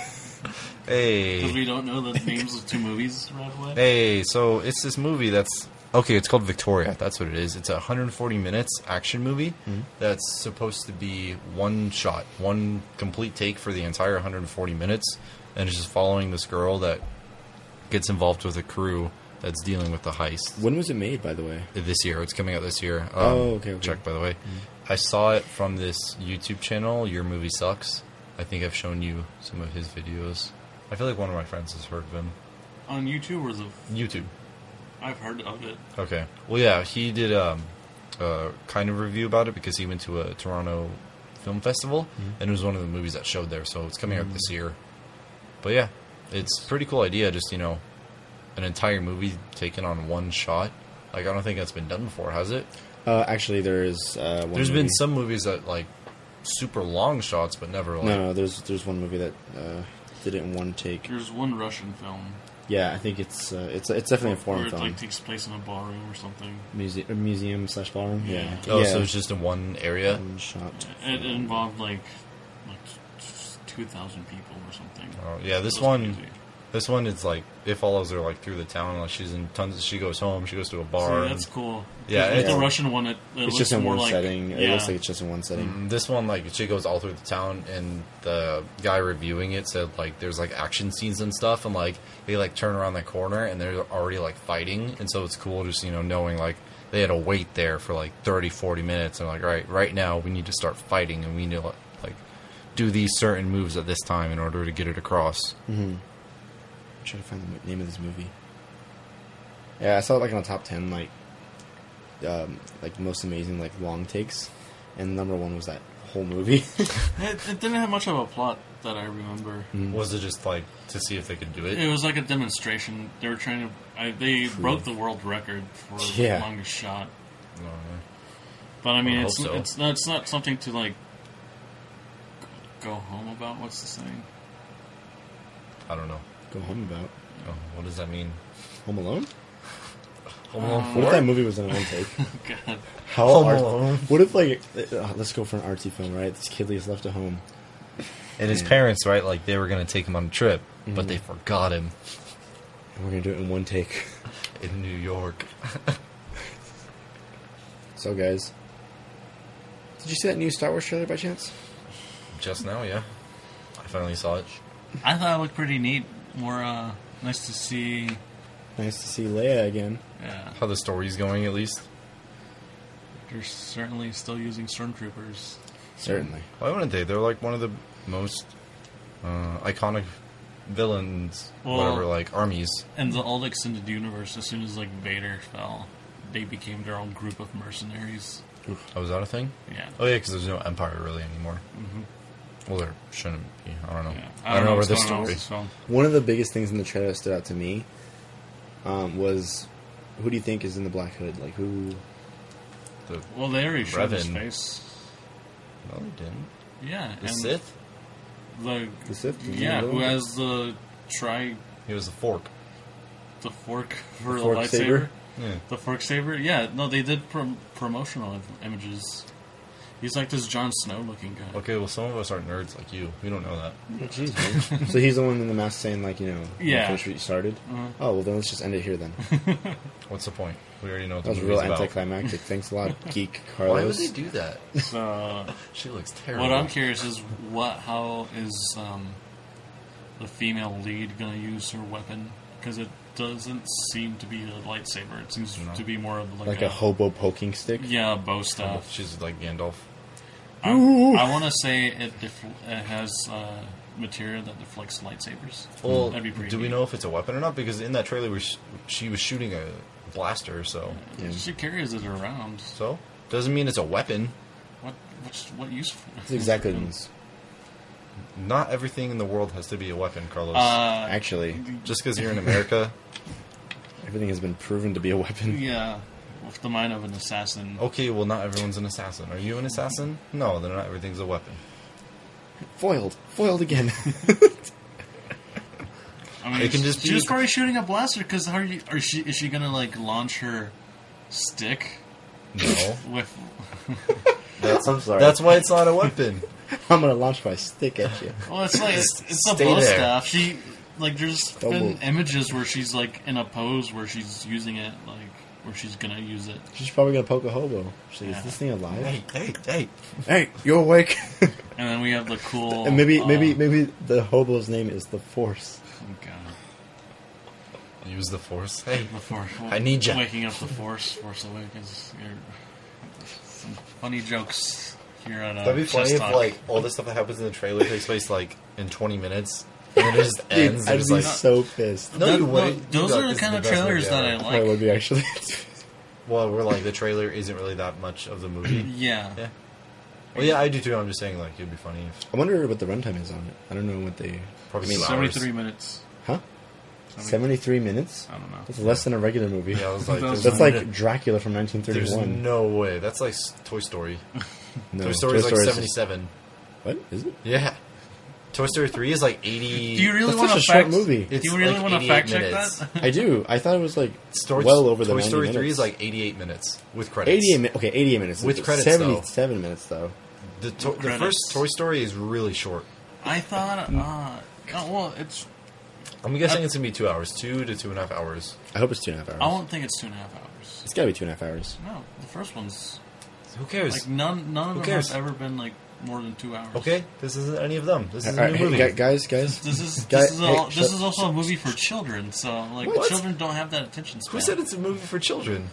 Speaker 2: Hey,
Speaker 3: Because we don't know the names of two movies right away.
Speaker 2: Hey, so it's this movie that's okay. It's called Victoria. That's what it is. It's a 140 minutes action movie
Speaker 1: Mm-hmm.
Speaker 2: that's supposed to be one shot, one complete take for the entire 140 minutes, and it's just following this girl that gets involved with a crew that's dealing with the heist
Speaker 1: when was it made, by the way?
Speaker 2: this year. It's coming out this year. Um,
Speaker 1: Oh, okay, Mm-hmm. okay.
Speaker 2: Check by the way. I saw it from this YouTube channel. Your movie sucks. I think I've shown you some of his videos. I feel like one of my friends has heard of him.
Speaker 3: On YouTube or the
Speaker 2: YouTube.
Speaker 3: I've heard of it.
Speaker 2: Okay. Well, yeah, he did um, a kind of review about it because he went to a Toronto film festival
Speaker 1: Mm-hmm.
Speaker 2: and it was one of the movies that showed there, so it's coming out this year. But yeah, it's pretty cool idea. Just you know, an entire movie taken on one shot. Like I don't think that's been done before, has it?
Speaker 1: Uh, actually, there is uh, one.
Speaker 2: There's
Speaker 1: movie.
Speaker 2: been some movies that like super long shots, but never like
Speaker 1: No, no, there's there's one movie that uh, did it in one take.
Speaker 3: There's one Russian film
Speaker 1: Yeah, I think it's uh, it's it's definitely a
Speaker 3: where
Speaker 1: foreign
Speaker 3: it
Speaker 1: film.
Speaker 3: like takes place in a barroom or something.
Speaker 1: Muse- uh, museum slash ballroom. Yeah.
Speaker 2: oh,
Speaker 1: yeah. Um,
Speaker 2: so it's just in one area.
Speaker 1: One shot.
Speaker 3: It involved like like two thousand people or something.
Speaker 2: Oh, yeah, this
Speaker 3: It was
Speaker 2: one,
Speaker 3: crazy.
Speaker 2: this one is like it follows her like through the town. Like she's in tons. She goes home. She goes to a bar.
Speaker 3: So
Speaker 2: and-
Speaker 3: that's cool.
Speaker 2: Yeah,
Speaker 3: With the
Speaker 1: it's-
Speaker 3: Russian one, it,
Speaker 1: It's
Speaker 3: it looks
Speaker 1: just in
Speaker 3: more
Speaker 1: one
Speaker 3: like,
Speaker 1: setting.
Speaker 3: Yeah, Mm.
Speaker 1: It looks like it's just in one setting.
Speaker 2: This one, like, she goes all through the town, and the guy reviewing it said, like, there's like action scenes and stuff, and like, they like turn around the corner and they're already like fighting, and so it's cool just, you know, knowing like they had to wait there for like 30, 40 minutes, and like, all right, right now we need to start fighting, and we need to like do these certain moves at this time in order to get it across.
Speaker 1: I'm trying to find the m- name of this movie. Yeah, I saw it like on the top ten, like um, like most amazing like long takes, and number one was that whole movie.
Speaker 3: it, it didn't have much of a plot that I remember.
Speaker 1: Mm-hmm.
Speaker 2: Was it just like to see if they could do it?
Speaker 3: It was like a demonstration. They were trying to. I, they broke the world record for
Speaker 1: Yeah.
Speaker 3: longest shot.
Speaker 2: Oh, yeah.
Speaker 3: But I mean,
Speaker 2: I hope
Speaker 3: it's
Speaker 2: so.
Speaker 3: it's not it's not something to like go home about. What's the saying?
Speaker 2: I don't know.
Speaker 1: Go home about
Speaker 2: Oh, what does that mean?
Speaker 1: Home Alone.
Speaker 2: Home
Speaker 3: Uh,
Speaker 2: Alone
Speaker 1: What if
Speaker 2: 4?
Speaker 1: that movie was in one take?
Speaker 3: Oh, God,
Speaker 1: How
Speaker 2: Home
Speaker 1: art-
Speaker 2: Alone.
Speaker 1: What if like uh, let's go for an artsy film, right? This kid is left at home.
Speaker 2: And
Speaker 1: Mm.
Speaker 2: his parents, right? Like they were gonna take him on a trip,
Speaker 1: Mm-hmm.
Speaker 2: but they forgot him
Speaker 1: And we're gonna do it in one take.
Speaker 2: in New York.
Speaker 1: So guys, did you see that new Star Wars trailer by chance?
Speaker 2: Just now, yeah. I finally saw it.
Speaker 3: I thought it looked pretty neat. More uh, nice to see.
Speaker 1: Nice to see Leia again.
Speaker 3: Yeah,
Speaker 2: How the story's going, at least.
Speaker 3: they're certainly still using stormtroopers.
Speaker 1: Certainly.
Speaker 2: Why wouldn't they? They're like one of the most uh, iconic villains,
Speaker 3: Well-
Speaker 2: whatever, like armies.
Speaker 3: And the old extended universe, as soon as like Vader fell, they became their own group of mercenaries.
Speaker 2: Oh, was that a thing?
Speaker 3: Yeah.
Speaker 2: Oh yeah, because there's no empire really anymore. Well, there shouldn't be. I don't know.
Speaker 3: Mm-hmm. Yeah.
Speaker 2: I, don't know where
Speaker 3: what's
Speaker 2: this
Speaker 3: going on with
Speaker 2: story.
Speaker 3: this film.
Speaker 1: One of the biggest things in the trailer that stood out to me um, was who do you think is in the black hood? Like who?
Speaker 2: The,
Speaker 3: Well, they already showed his
Speaker 2: Revan.
Speaker 3: face.
Speaker 2: no, they didn't.
Speaker 3: Yeah.
Speaker 2: The
Speaker 3: and
Speaker 2: Sith.
Speaker 3: The,
Speaker 1: The Sith?
Speaker 3: Yeah,
Speaker 1: The
Speaker 3: who
Speaker 1: middle?
Speaker 3: has the try
Speaker 2: It was the fork.
Speaker 3: the fork for the,
Speaker 1: fork
Speaker 3: lightsaber?
Speaker 1: saber?
Speaker 2: Yeah.
Speaker 3: The fork saber? Yeah, no, they did prom- promotional im- images. He's like this Jon Snow looking guy.
Speaker 2: Okay. Well, some of us aren't nerds like you. We don't know that.
Speaker 1: so he's the one in the mask saying like you know
Speaker 3: Yeah.
Speaker 1: finish what you started.
Speaker 2: Uh-huh.
Speaker 1: Oh well, then let's just end it here. Then
Speaker 2: What's the point? We already know what
Speaker 1: that
Speaker 2: the
Speaker 1: was
Speaker 2: movie's
Speaker 1: real
Speaker 2: about.
Speaker 1: anticlimactic. Thanks a lot, geek Carlos.
Speaker 2: Why would they do that?
Speaker 3: So
Speaker 2: She looks terrible.
Speaker 3: what I'm curious is what how is um, the female lead gonna use her weapon? Because it doesn't seem to be a lightsaber. It seems to be more of like,
Speaker 1: like a hobo poking stick.
Speaker 3: yeah bow staff.
Speaker 2: Oh, She's like Gandalf.
Speaker 3: I, I want to say it, def- it has uh, material that deflects lightsabers.
Speaker 2: Well,
Speaker 3: That'd be pretty
Speaker 2: Mm. do we
Speaker 3: neat.
Speaker 2: know if it's a weapon or not? Because in that trailer, we sh- she was shooting a blaster, so
Speaker 1: Yeah.
Speaker 3: She carries it around.
Speaker 2: so doesn't mean it's a weapon.
Speaker 3: What what's, what use? for-
Speaker 1: That's exactly what it means.
Speaker 2: Not everything in the world has to be a weapon, Carlos.
Speaker 3: Uh,
Speaker 1: Actually,
Speaker 2: Just because you're in America,
Speaker 1: everything has been proven to be a weapon.
Speaker 3: yeah, with the mind of an assassin.
Speaker 2: okay. Well, not everyone's an assassin. Are you an assassin? No, then not everything's a weapon.
Speaker 1: Foiled, foiled again.
Speaker 3: I mean,
Speaker 2: It can
Speaker 3: she-
Speaker 2: just
Speaker 3: she
Speaker 2: be-
Speaker 3: was probably shooting a blaster because how are you? Are she is she gonna like launch her stick
Speaker 2: No,
Speaker 3: with?
Speaker 1: that's, I'm sorry.
Speaker 2: that's why it's not a weapon.
Speaker 1: I'm gonna launch my stick at you.
Speaker 3: Well, it's like it's, it's a
Speaker 2: Stay
Speaker 3: bow
Speaker 2: there.
Speaker 3: staff. She like there's been
Speaker 1: Double.
Speaker 3: images where she's like in a pose where she's using it like where she's gonna use it.
Speaker 1: She's probably gonna poke a hobo. She's like,
Speaker 3: Yeah.
Speaker 1: is this thing alive?
Speaker 2: hey, hey!
Speaker 1: Hey, you're awake.
Speaker 3: And then we have the cool
Speaker 1: and maybe,
Speaker 3: uh,
Speaker 2: Uh-huh.
Speaker 1: maybe, maybe the hobo's name is the Force.
Speaker 3: oh, God.
Speaker 2: Use the force. Hey,
Speaker 3: The Force.
Speaker 2: I need ya.
Speaker 3: Waking up the Force. Force Awakens. You're- Some funny jokes here on uh,
Speaker 2: that'd be funny
Speaker 3: Chess
Speaker 2: if
Speaker 3: Talk.
Speaker 2: like all the stuff that happens in the trailer takes place like in 20 minutes, and then it just
Speaker 1: Dude,
Speaker 2: ends.
Speaker 1: I'd
Speaker 2: and
Speaker 1: be
Speaker 2: it's like,
Speaker 1: so pissed.
Speaker 2: no,
Speaker 3: That-
Speaker 2: you
Speaker 3: no,
Speaker 2: wouldn't.
Speaker 3: those
Speaker 2: You'd be
Speaker 3: are
Speaker 2: like,
Speaker 3: the
Speaker 2: this
Speaker 3: kind
Speaker 2: is
Speaker 3: of
Speaker 2: best movie
Speaker 3: trailers that
Speaker 2: ever.
Speaker 3: I
Speaker 1: I would
Speaker 3: like.
Speaker 1: be actually.
Speaker 2: Well, we're like the trailer isn't really that much of the movie.
Speaker 3: Yeah.
Speaker 2: yeah. Well, yeah, I do too. I'm just saying, like, it'd be funny if
Speaker 1: I wonder what the runtime is on it. I don't know what they.
Speaker 2: probably
Speaker 1: I mean,
Speaker 2: two hours.
Speaker 3: 73 minutes.
Speaker 1: Huh? Seventy three minutes.
Speaker 3: I don't know.
Speaker 1: That's less than a regular movie.
Speaker 2: Yeah, I was like,
Speaker 3: That's
Speaker 2: there's,
Speaker 1: That's like
Speaker 2: no-
Speaker 1: Dracula from
Speaker 2: there's
Speaker 1: 1931.
Speaker 2: no way. That's like s- Toy Story.
Speaker 1: no,
Speaker 2: Toy Story is like
Speaker 1: Story's just-
Speaker 2: 77.
Speaker 1: What is it?
Speaker 2: Yeah. Toy Story 3 is like 80.
Speaker 3: Do you really
Speaker 1: That's
Speaker 3: want to
Speaker 1: such a short
Speaker 3: fact?
Speaker 1: movie.
Speaker 3: Do
Speaker 2: It's
Speaker 3: you really
Speaker 2: like
Speaker 3: want to
Speaker 2: 88
Speaker 3: fact check
Speaker 2: minutes.
Speaker 3: that?
Speaker 1: I do. I thought it was like
Speaker 2: Story,
Speaker 1: well over the
Speaker 2: Toy
Speaker 1: 90
Speaker 2: Story 3
Speaker 1: minutes.
Speaker 2: is like 88 minutes with credits.
Speaker 1: 88 minutes. Okay, 88 minutes.
Speaker 2: With
Speaker 1: It's
Speaker 2: credits,
Speaker 1: 77 minutes though.
Speaker 2: The, to- the
Speaker 3: credits.
Speaker 2: first Toy Story is really short.
Speaker 3: I thought. Uh, oh, well, it's.
Speaker 2: I'm guessing it's gonna be two hours, two to two and a half hours.
Speaker 1: I hope it's two and a half hours.
Speaker 3: I don't think it's two and a half hours.
Speaker 1: It's got to be two and a half hours.
Speaker 3: No, the first one's
Speaker 2: Who cares?
Speaker 3: like none. None of
Speaker 2: Who
Speaker 3: them
Speaker 2: cares?
Speaker 3: have ever been like more than two hours.
Speaker 2: okay, this isn't any of them. This is a
Speaker 1: All right,
Speaker 2: new
Speaker 1: hey,
Speaker 2: movie.
Speaker 1: gu- guys, guys.
Speaker 3: This is
Speaker 1: Guy-
Speaker 3: this is all,
Speaker 1: hey,
Speaker 3: this
Speaker 1: shut-
Speaker 3: is also a movie for children. So like
Speaker 2: What?
Speaker 3: children don't have that attention span.
Speaker 2: Who said it's a movie for children?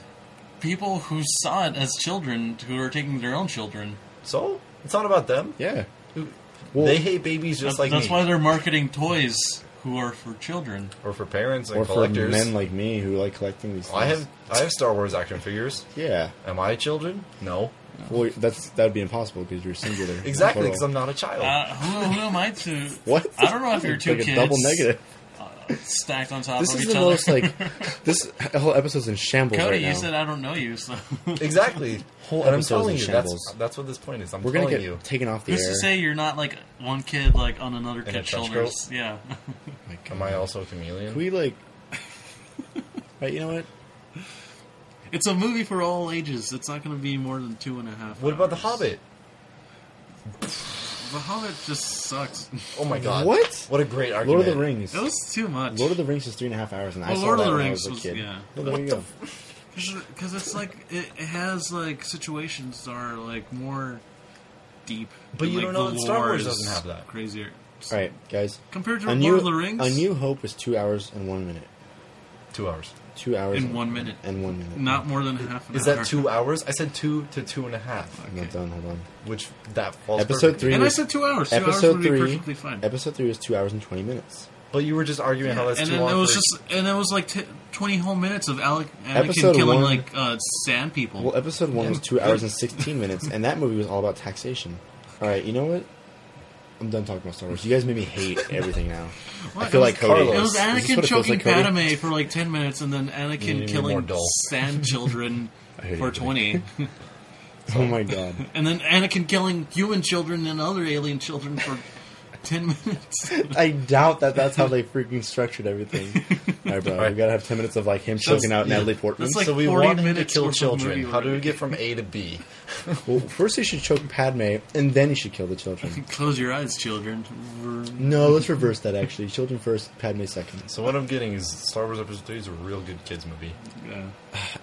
Speaker 3: People who saw it as children who are taking their own children.
Speaker 2: So it's not about them.
Speaker 1: Yeah.
Speaker 2: Who-
Speaker 1: Well-
Speaker 2: they hate babies just like
Speaker 3: that's
Speaker 2: me,
Speaker 3: why they're marketing toys who are for children.
Speaker 2: or for parents and
Speaker 1: Or for
Speaker 2: collectors.
Speaker 1: men like me who like collecting these. Things.
Speaker 2: I have I have Star Wars action figures.
Speaker 1: Yeah.
Speaker 2: Am I children? No,
Speaker 1: Well, that's that would be impossible because you're singular.
Speaker 2: exactly because
Speaker 1: plural.
Speaker 2: I'm not a child.
Speaker 3: Uh, who, who am I to?
Speaker 1: What?
Speaker 3: I don't know if you're
Speaker 1: It's
Speaker 3: two
Speaker 1: like
Speaker 3: kids
Speaker 1: A double negative.
Speaker 3: stacked on top
Speaker 1: This
Speaker 3: of
Speaker 1: is
Speaker 3: each
Speaker 1: the
Speaker 3: other.
Speaker 1: most like this whole episode's in shambles
Speaker 3: Cody,
Speaker 1: right now.
Speaker 3: you said I don't know you, so
Speaker 2: exactly.
Speaker 1: Whole
Speaker 2: and I'm
Speaker 1: episode's
Speaker 2: telling
Speaker 1: in
Speaker 2: you, that's
Speaker 1: shambles.
Speaker 2: that's what this point is. I'm
Speaker 1: We're gonna
Speaker 2: telling
Speaker 1: get
Speaker 2: you.
Speaker 1: taken off the
Speaker 3: who's
Speaker 1: air.
Speaker 3: to say you're not like one kid like on another
Speaker 2: a trench
Speaker 3: kid's shoulders? Yeah,
Speaker 1: My God.
Speaker 2: Am I also a chameleon?
Speaker 1: Can we like? right, you know what?
Speaker 3: it's a movie for all ages. It's not going to be more than two and a half.
Speaker 2: what about the
Speaker 3: hours.
Speaker 2: Hobbit?
Speaker 3: The Hobbit just sucks.
Speaker 2: Oh my god!
Speaker 1: What?
Speaker 2: What a great argument!
Speaker 1: Lord of the Rings.
Speaker 3: It was too much.
Speaker 1: Lord of the Rings is three and a half hours, and I
Speaker 3: Well,
Speaker 1: saw
Speaker 3: Lord of
Speaker 1: that
Speaker 3: the
Speaker 1: when I
Speaker 3: Rings
Speaker 1: was a
Speaker 3: was-
Speaker 1: kid.
Speaker 3: yeah.
Speaker 1: Well, there you go.
Speaker 3: Because it's like it, it has like situations that are like more deep.
Speaker 2: But
Speaker 3: and,
Speaker 2: you
Speaker 3: like,
Speaker 2: don't know
Speaker 3: the
Speaker 2: that Star
Speaker 3: lore
Speaker 2: Wars
Speaker 3: is
Speaker 2: doesn't have that.
Speaker 3: Crazier.
Speaker 1: All right, guys.
Speaker 3: Compared
Speaker 1: A
Speaker 3: to Lord
Speaker 1: New,
Speaker 3: of the Rings,
Speaker 1: A New Hope is two hours and one minute.
Speaker 2: Two hours.
Speaker 1: Two hours
Speaker 3: In
Speaker 1: and-
Speaker 3: one minute.
Speaker 1: And one minute.
Speaker 3: not more than half an
Speaker 2: Is
Speaker 3: hour.
Speaker 2: that two hours? I said two to two and a half,
Speaker 1: I'm not done. Hold on.
Speaker 2: which that falls.
Speaker 1: Episode
Speaker 2: perfectly.
Speaker 1: three.
Speaker 3: And I said two hours. Two hours
Speaker 1: episode
Speaker 3: would be perfectly
Speaker 1: three.
Speaker 3: fine.
Speaker 1: Episode three was two hours and twenty minutes.
Speaker 2: But you were just arguing how that's
Speaker 3: and
Speaker 2: too
Speaker 3: then
Speaker 2: long.
Speaker 3: it was
Speaker 2: for-
Speaker 3: just, and it was like t- twenty whole minutes of Alec, Anakin
Speaker 1: Episode
Speaker 3: killing
Speaker 1: one-
Speaker 3: like uh, sand people.
Speaker 1: Well, episode one was two hours and sixteen minutes, and that movie was all about taxation. All right, you know what? I'm done talking about Star Wars. You guys made me hate everything now.
Speaker 3: What?
Speaker 1: I feel
Speaker 3: It
Speaker 1: like
Speaker 3: was-
Speaker 1: Cody.
Speaker 2: Carlos.
Speaker 3: It was
Speaker 1: Is this
Speaker 3: Anakin
Speaker 1: what it feels
Speaker 3: choking
Speaker 1: like, Cody?
Speaker 3: Padme for like ten minutes, and then
Speaker 2: You need
Speaker 3: Anakin
Speaker 2: to be more
Speaker 3: killing
Speaker 2: dull.
Speaker 3: sand children
Speaker 1: hear
Speaker 3: for
Speaker 1: you.
Speaker 3: twenty.
Speaker 1: Oh my god.
Speaker 3: And then Anakin killing human children and other alien children for 10 minutes.
Speaker 1: I doubt that that's how they freaking structured everything. All right, bro.
Speaker 2: right.
Speaker 1: We gotta have ten minutes of like him choking out
Speaker 2: yeah.
Speaker 1: Natalie Portman.
Speaker 3: That's like
Speaker 2: so we
Speaker 3: 40
Speaker 2: want him to
Speaker 3: minutes
Speaker 2: kill
Speaker 3: worth of
Speaker 2: children.
Speaker 3: movie
Speaker 2: How do we
Speaker 3: already.
Speaker 2: get from A to B?
Speaker 1: well, first he should choke Padme, and then he should kill the children.
Speaker 3: Close your eyes, children.
Speaker 1: No, let's reverse that. Actually, children first, Padme second.
Speaker 2: So what I'm getting is Star Wars Episode Three is a real good kids movie.
Speaker 3: Yeah.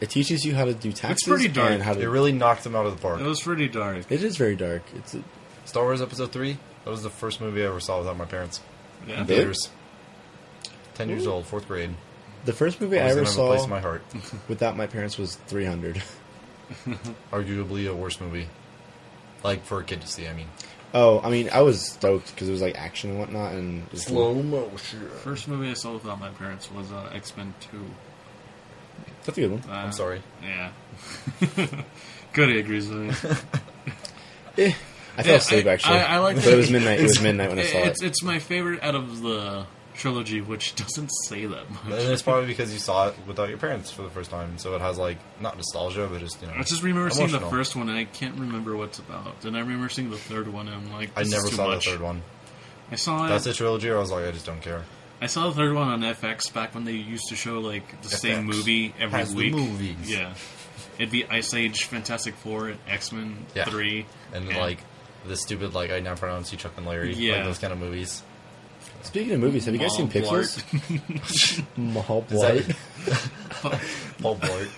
Speaker 1: It teaches you how to do taxes.
Speaker 3: pretty dark.
Speaker 1: And how to,
Speaker 2: It really knocked them out of the park.
Speaker 3: It was pretty dark.
Speaker 1: it is very dark. It's a,
Speaker 2: Star Wars Episode Three. That was the first movie I ever saw without my parents.
Speaker 3: Yeah.
Speaker 1: Really?
Speaker 2: Theaters. Ten years old, fourth grade.
Speaker 1: the first movie I,
Speaker 2: Always
Speaker 1: ever
Speaker 2: gonna have a place
Speaker 1: saw
Speaker 2: in my heart.
Speaker 1: without my parents was 300.
Speaker 2: Arguably a worse movie, like for a kid to see. I mean,
Speaker 1: Oh, I mean, I was stoked because it was like action and whatnot, and it was
Speaker 2: motion.
Speaker 3: First movie I saw without my parents was uh, X Men 2.
Speaker 1: That's a good one.
Speaker 3: Uh,
Speaker 2: I'm sorry.
Speaker 3: Yeah. Cody agrees with me.
Speaker 1: Eh, I fell asleep
Speaker 3: I-
Speaker 1: actually.
Speaker 3: I- I like
Speaker 1: but
Speaker 3: that-
Speaker 1: it was midnight. It was midnight when I saw
Speaker 3: it's,
Speaker 1: it.
Speaker 3: it's my favorite out of the trilogy, which doesn't say that much.
Speaker 2: And it's probably because you saw it without your parents for the first time, so it has like not nostalgia, but just you know.
Speaker 3: I just remember seeing the
Speaker 2: emotional.
Speaker 3: first one and I can't remember what it's about. Then I remember seeing the third one and I'm like,
Speaker 2: I
Speaker 3: this
Speaker 2: never
Speaker 3: is too
Speaker 2: saw
Speaker 3: much.
Speaker 2: the third one.
Speaker 3: I saw it.
Speaker 2: That's a trilogy. Where I was like, I just don't care.
Speaker 3: I saw the third one on FX back when they used to show like the same
Speaker 2: FX
Speaker 3: movie every
Speaker 2: has the
Speaker 3: week.
Speaker 2: movies.
Speaker 3: Yeah, it'd be Ice Age, Fantastic Four, X Men
Speaker 2: Yeah.
Speaker 3: Three,
Speaker 2: And like the stupid like I now pronounce you Chuck and Larry,
Speaker 3: Yeah.
Speaker 2: like those kind of movies.
Speaker 1: Speaking of movies, have you guys seen
Speaker 3: Mall
Speaker 1: Pixels? Mall
Speaker 2: Is that
Speaker 1: Blight.
Speaker 2: Paul Blart?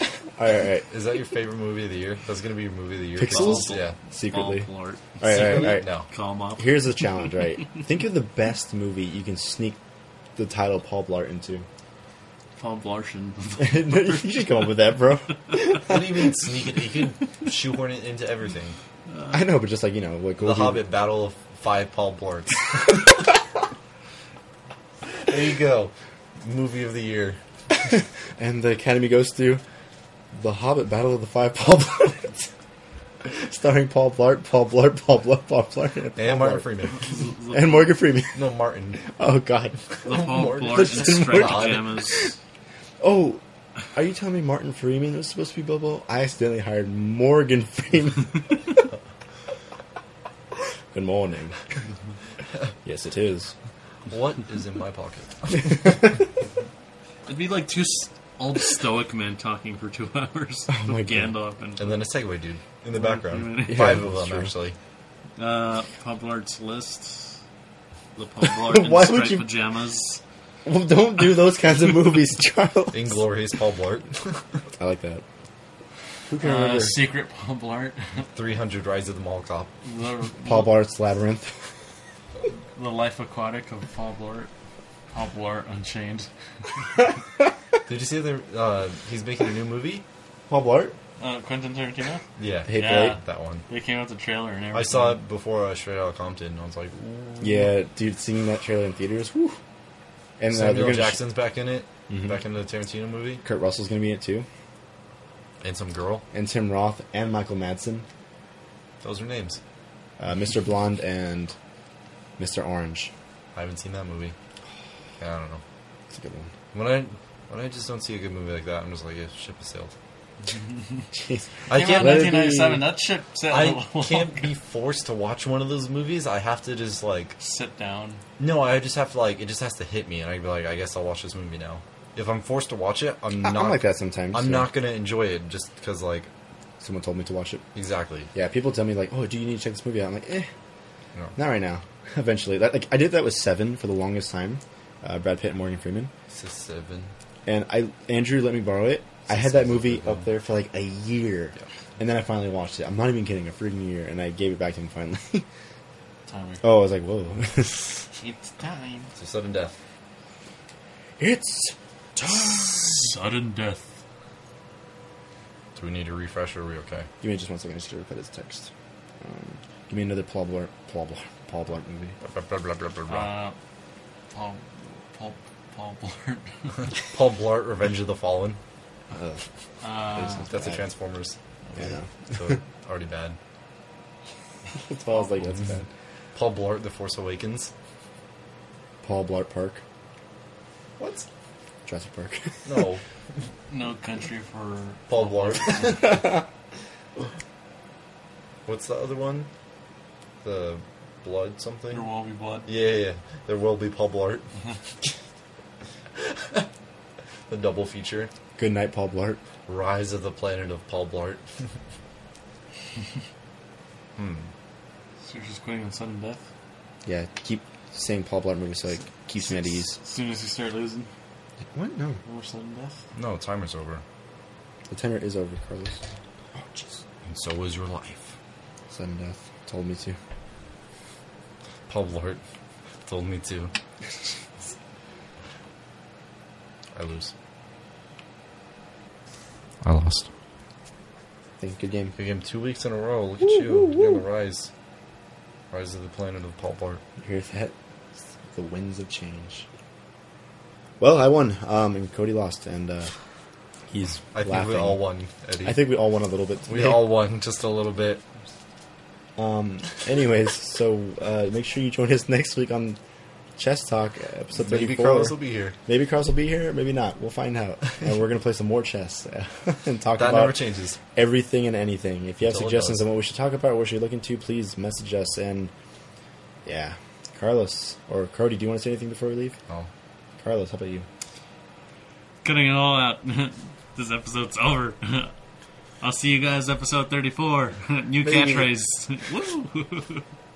Speaker 1: All right, all right.
Speaker 2: Is that your favorite movie of the year? That's gonna be your movie of the year.
Speaker 1: Pixels?
Speaker 2: Yeah.
Speaker 1: Secretly.
Speaker 3: Ball
Speaker 1: All
Speaker 3: Blart.
Speaker 1: right, all right, all right.
Speaker 2: No.
Speaker 3: Call 'em up.
Speaker 1: Here's the challenge, right? Think of the best movie you can sneak the title Paul Blart into.
Speaker 3: Paul Blartian.
Speaker 1: you should come up with that, bro.
Speaker 2: What do you mean sneak it? You can shoehorn it into everything.
Speaker 1: I know, but just like you know, like
Speaker 2: The Hobbit Battle of Five Paul Blarts. there you go. Movie of the year.
Speaker 1: and the Academy goes to the Hobbit Battle of the Five Paul Blart. starring Paul Blart, Paul Blart, Paul Blart, Paul Blart, and, Paul
Speaker 2: And Martin
Speaker 1: Blart.
Speaker 2: Freeman.
Speaker 1: and Morgan Freeman.
Speaker 2: No, Martin.
Speaker 1: Oh God.
Speaker 3: The Paul
Speaker 2: Morgan.
Speaker 3: Blart in
Speaker 1: Listen,
Speaker 3: striped
Speaker 2: Morgan.
Speaker 3: pajamas.
Speaker 1: Oh, are you telling me Martin Freeman was supposed to be Bobo? I accidentally hired Morgan Freeman. Good morning. yes, it is.
Speaker 2: What is in my pocket?
Speaker 3: It'd be like two s- old stoic men talking for two hours.
Speaker 1: my
Speaker 3: Gandalf and
Speaker 2: And then a segue dude in the background.
Speaker 3: Yeah,
Speaker 2: Five of
Speaker 1: that's
Speaker 2: them,
Speaker 1: true.
Speaker 2: actually.
Speaker 3: uh, Paul Blart's list. The Paul Blart in
Speaker 1: Why would
Speaker 3: striped
Speaker 1: you-
Speaker 3: pajamas.
Speaker 1: Well, don't do those kinds of movies, Charles.
Speaker 2: Inglorious Paul Blart.
Speaker 1: I like that. Who can
Speaker 3: Uh,
Speaker 1: remember
Speaker 3: secret Paul Blart.
Speaker 2: 300 Rides of the Mall Cop.
Speaker 3: the,
Speaker 1: Paul Bart's Labyrinth?
Speaker 3: the life aquatic of Paul Blart. Paul Blart Unchained.
Speaker 2: Did you see the, uh, he's making a new movie?
Speaker 1: Paul Bart?
Speaker 3: Uh, Quentin Tarantino.
Speaker 2: Yeah.
Speaker 1: Hateful
Speaker 3: Yeah.
Speaker 1: Eight?
Speaker 2: That one.
Speaker 3: They came out with the trailer and everything.
Speaker 2: I saw it before uh, Straight Outta Compton, and I was like, ooh.
Speaker 1: Yeah, dude, seeing that trailer in theaters, whew. And uh, they're
Speaker 2: Samuel
Speaker 1: gonna
Speaker 2: Jackson's back in it, back in the Tarantino movie,
Speaker 1: Kurt Russell's going to be in it too.
Speaker 2: and some girl.
Speaker 1: And Tim Roth and Michael Madsen.
Speaker 2: Those are names.
Speaker 1: Uh, Mr. Blonde and Mr. Orange.
Speaker 2: I haven't seen that movie. I don't know.
Speaker 1: That's a good one.
Speaker 2: When I when I just don't see a good movie like that, I'm just like, yeah, ship has sailed.
Speaker 1: Jeez.
Speaker 2: I
Speaker 3: Came out in
Speaker 2: can't.
Speaker 1: let it be-
Speaker 3: 1997. That ship sailed.
Speaker 2: I
Speaker 3: along.
Speaker 2: can't be forced to watch one of those movies. I have to just like
Speaker 3: sit down.
Speaker 2: no. I just have to like it just has to hit me, and I'd be like, I guess I'll watch this movie now. If I'm forced to watch it, I'm
Speaker 1: I-
Speaker 2: not.
Speaker 1: I'm like that sometimes.
Speaker 2: I'm
Speaker 1: so-
Speaker 2: not gonna enjoy it just because like
Speaker 1: Someone told me to watch it.
Speaker 2: exactly.
Speaker 1: Yeah, people tell me like, "Oh, do you need to check this movie out?" I'm like, "Eh,
Speaker 2: No.
Speaker 1: not right now." Eventually, that, like I did that with Seven for the longest time, uh, Brad Pitt and Morgan Freeman,
Speaker 2: It's a seven.
Speaker 1: and I Andrew let me borrow it. I had that movie up there for like a year,
Speaker 2: Mm-hmm. Yeah.
Speaker 1: and then I finally watched it. I'm not even kidding, a freaking year, and I gave it back to him finally.
Speaker 3: Timer.
Speaker 1: oh, I was like, "Whoa,
Speaker 3: It's time.
Speaker 2: It's a sudden death.
Speaker 1: it's
Speaker 3: Sudden death.
Speaker 2: Do we need a refresh or are we okay?
Speaker 1: give me just one second just to repeat his text." Um, give me another Paul Blart, Paul Blart, Paul Blart movie.
Speaker 2: Blah, blah, blah, blah, blah, blah.
Speaker 3: Uh, Paul, Paul, Paul Blart.
Speaker 2: Paul Blart, Revenge of the Fallen.
Speaker 1: Uh,
Speaker 3: Uh,
Speaker 2: That's a
Speaker 1: bad.
Speaker 2: Transformers.
Speaker 1: Yeah, I know.
Speaker 2: So already bad.
Speaker 1: that's why I was like, "That's
Speaker 2: Mm-hmm.
Speaker 1: bad."
Speaker 2: Paul Blart, The Force Awakens.
Speaker 1: Paul Blart Park,
Speaker 2: What?
Speaker 1: Jurassic Park.
Speaker 2: No.
Speaker 3: no country for.
Speaker 2: Paul Blart. What's the other one? The Blood something?
Speaker 3: There will be blood.
Speaker 2: Yeah, yeah, yeah. There will be Paul Blart. the double feature.
Speaker 1: Good night, Paul Blart.
Speaker 2: Rise of the Planet of Paul Blart.
Speaker 3: So you're just quitting on sudden death.
Speaker 1: Yeah, keep saying Paul Blart movie so it keeps me at ease.
Speaker 3: As soon as you start losing,
Speaker 1: What? No.
Speaker 3: more sudden death.
Speaker 2: No, timer's over.
Speaker 1: The timer is over, Carlos. Oh, jeez.
Speaker 2: And so is your life.
Speaker 1: Sudden death. Told me to.
Speaker 2: Paul Blart told me to. I lose. I lost.
Speaker 1: Think good game.
Speaker 2: Big game two weeks in a row. Look at you. You're on the rise. Rise of the planet of Paul Blart.
Speaker 1: You hear that? It's The winds of change. Well, I won, um, and Cody lost, and uh, he's
Speaker 2: I think
Speaker 1: laughing.
Speaker 2: we all won, Eddie.
Speaker 1: I think we all won a little bit.
Speaker 2: we
Speaker 1: today.
Speaker 2: all won just a little bit.
Speaker 1: Um, anyways, so uh, make sure you join us next week on Chess Talk episode thirty-four.
Speaker 2: Maybe Carlos will be here.
Speaker 1: Maybe Carlos will be here, maybe not. We'll find out. And we're going to play some more chess uh, and talk
Speaker 2: That never
Speaker 1: about
Speaker 2: changes.
Speaker 1: everything and anything. If you have
Speaker 2: Until it
Speaker 1: suggestions
Speaker 2: does.
Speaker 1: on what we should talk about or what you're looking to, please message us. And yeah, Carlos or Cody, do you want to say anything before we leave?
Speaker 2: Oh.
Speaker 1: Carlos, how about you?
Speaker 3: Cutting it all out. this episode's over. I'll see you guys episode 34. New
Speaker 1: Maybe.
Speaker 3: catchphrase. Woo!